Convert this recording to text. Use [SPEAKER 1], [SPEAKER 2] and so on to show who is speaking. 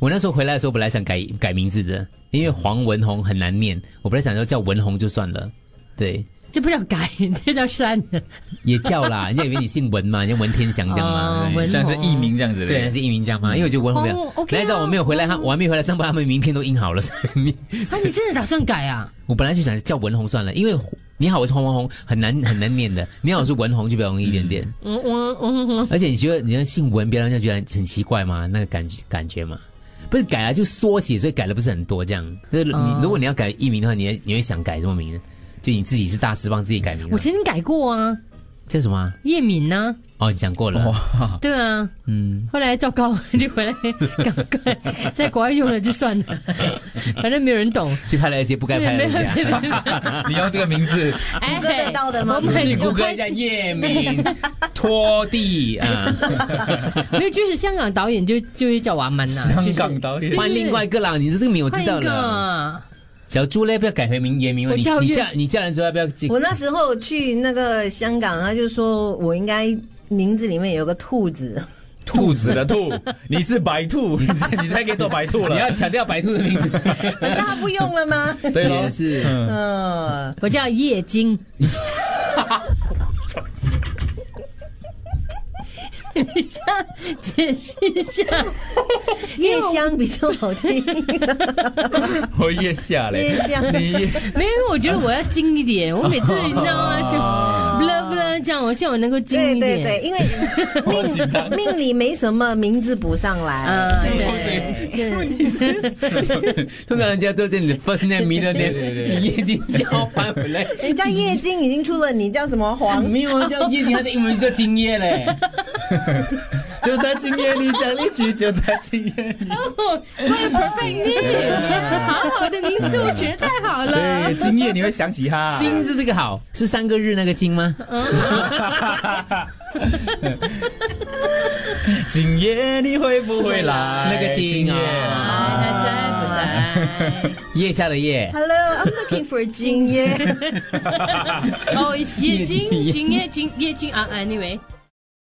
[SPEAKER 1] 我那时候回来的时候，本来想改改名字的，因为黄文宏很难念，我本来想说叫文宏就算了，对，
[SPEAKER 2] 这不叫改，这叫删。
[SPEAKER 1] 也叫啦， 人家以为你姓文嘛，人家文天祥这样嘛，
[SPEAKER 2] 哦
[SPEAKER 1] 对
[SPEAKER 2] 文
[SPEAKER 3] 像是
[SPEAKER 2] 红
[SPEAKER 3] 艺名这样子的。
[SPEAKER 1] 对，啊是艺名这样嘛，因为我觉得文宏比较
[SPEAKER 2] 哦，OK 啊
[SPEAKER 1] 来一我没有回来，他我还没回来上班，他们名片都印好了，所以你
[SPEAKER 2] 啊，你真的打算改啊？
[SPEAKER 1] 我本来就想叫文宏算了，因为你好，我是黄文宏，很难很难念的，你好，我是文宏就比较容易一点点。
[SPEAKER 2] 嗯嗯嗯嗯，
[SPEAKER 1] 而且你觉得你要姓文，别让人家觉得很奇怪吗？那个感觉感觉嘛，不是改了就缩写，所以改了不是很多这样。就是你、
[SPEAKER 2] 哦
[SPEAKER 1] 如果你要改艺名的话，你会你会想改什么名呢？就你自己是大师帮自己改名
[SPEAKER 2] 我
[SPEAKER 1] 的，
[SPEAKER 2] 曾经改过啊，
[SPEAKER 1] 叫什么啊？
[SPEAKER 2] 叶敏呐、
[SPEAKER 1] 哦，你讲过了，
[SPEAKER 3] 哇，
[SPEAKER 2] 对啊，嗯，后来糟糕， 就回来赶快在国外用了就算了，反正没有人懂。
[SPEAKER 1] 去拍了一些不该拍的啊
[SPEAKER 2] 没
[SPEAKER 1] 人
[SPEAKER 2] 有
[SPEAKER 1] 家。
[SPEAKER 2] 没有 没有，
[SPEAKER 3] 你用这个名 字，
[SPEAKER 2] 哎，
[SPEAKER 4] 谷歌得到的吗
[SPEAKER 2] 我们
[SPEAKER 1] 去谷
[SPEAKER 2] 我
[SPEAKER 1] 歌
[SPEAKER 2] 们
[SPEAKER 1] 一下夜明拖地 啊，
[SPEAKER 2] 没有，就是香港导演就就会叫瓦曼呐、
[SPEAKER 3] 香
[SPEAKER 2] 就是
[SPEAKER 3] 港导演
[SPEAKER 2] 对
[SPEAKER 1] 换另外一个啦，你这个名我
[SPEAKER 2] 换
[SPEAKER 1] 知
[SPEAKER 2] 一
[SPEAKER 1] 道
[SPEAKER 2] 个
[SPEAKER 1] 了。
[SPEAKER 2] 啊，
[SPEAKER 1] 小猪嘞，不要改回名言名吗？
[SPEAKER 2] 我
[SPEAKER 1] 你
[SPEAKER 2] 叫
[SPEAKER 1] 你
[SPEAKER 2] 岳
[SPEAKER 1] 嫁你嫁人之后要不要记？
[SPEAKER 4] 我那时候去那个香港，他就说我应该名字里面有个兔子，
[SPEAKER 3] 兔子的兔，你是白兔， 你是你才可以做白兔
[SPEAKER 1] 你要
[SPEAKER 3] 了。
[SPEAKER 1] 强调白兔的名 字，
[SPEAKER 4] 反正他不用了吗？
[SPEAKER 3] 对咯
[SPEAKER 1] 也是。
[SPEAKER 4] 嗯，
[SPEAKER 2] 我叫叶晶。你下解释一下，
[SPEAKER 4] 夜香比较好听，
[SPEAKER 3] 我腋下 嘞
[SPEAKER 4] 夜，香。
[SPEAKER 3] 你腋
[SPEAKER 2] 没有，因为我觉得我要精一点。我每 次你知道吗？就不啦不啦这样，我希望我能够精
[SPEAKER 4] 对
[SPEAKER 2] 一点。
[SPEAKER 4] 对对，因为
[SPEAKER 3] 哦紧张
[SPEAKER 4] 命命里没什么名字补上来，
[SPEAKER 2] 啊，
[SPEAKER 4] 对
[SPEAKER 2] 对，对
[SPEAKER 1] 通常人家都在你的 first name、middle
[SPEAKER 3] 对
[SPEAKER 1] name，
[SPEAKER 3] 对
[SPEAKER 1] 你已经交换回来。
[SPEAKER 4] 人家叶金已经出了，你叫什么黄？
[SPEAKER 1] 没有啊，叫叶婷，她的英文叫金叶 嘞。就在今夜里讲一句，就在今夜里。
[SPEAKER 2] 哦，欢迎 Perfect
[SPEAKER 4] 哎
[SPEAKER 2] Name，好哎好的名字，我取得太好了
[SPEAKER 3] 对，。今夜你会想起 他。
[SPEAKER 1] 金字这个好，是三个日那个金吗？
[SPEAKER 3] 今夜你会不会来？
[SPEAKER 1] 那个今
[SPEAKER 3] 夜
[SPEAKER 1] 啊
[SPEAKER 2] 啊，在不 在？
[SPEAKER 1] 腋下的腋。
[SPEAKER 4] Hello，I'm looking for 金耶。
[SPEAKER 2] 哦，叶晶，晶叶晶叶晶啊，anyway，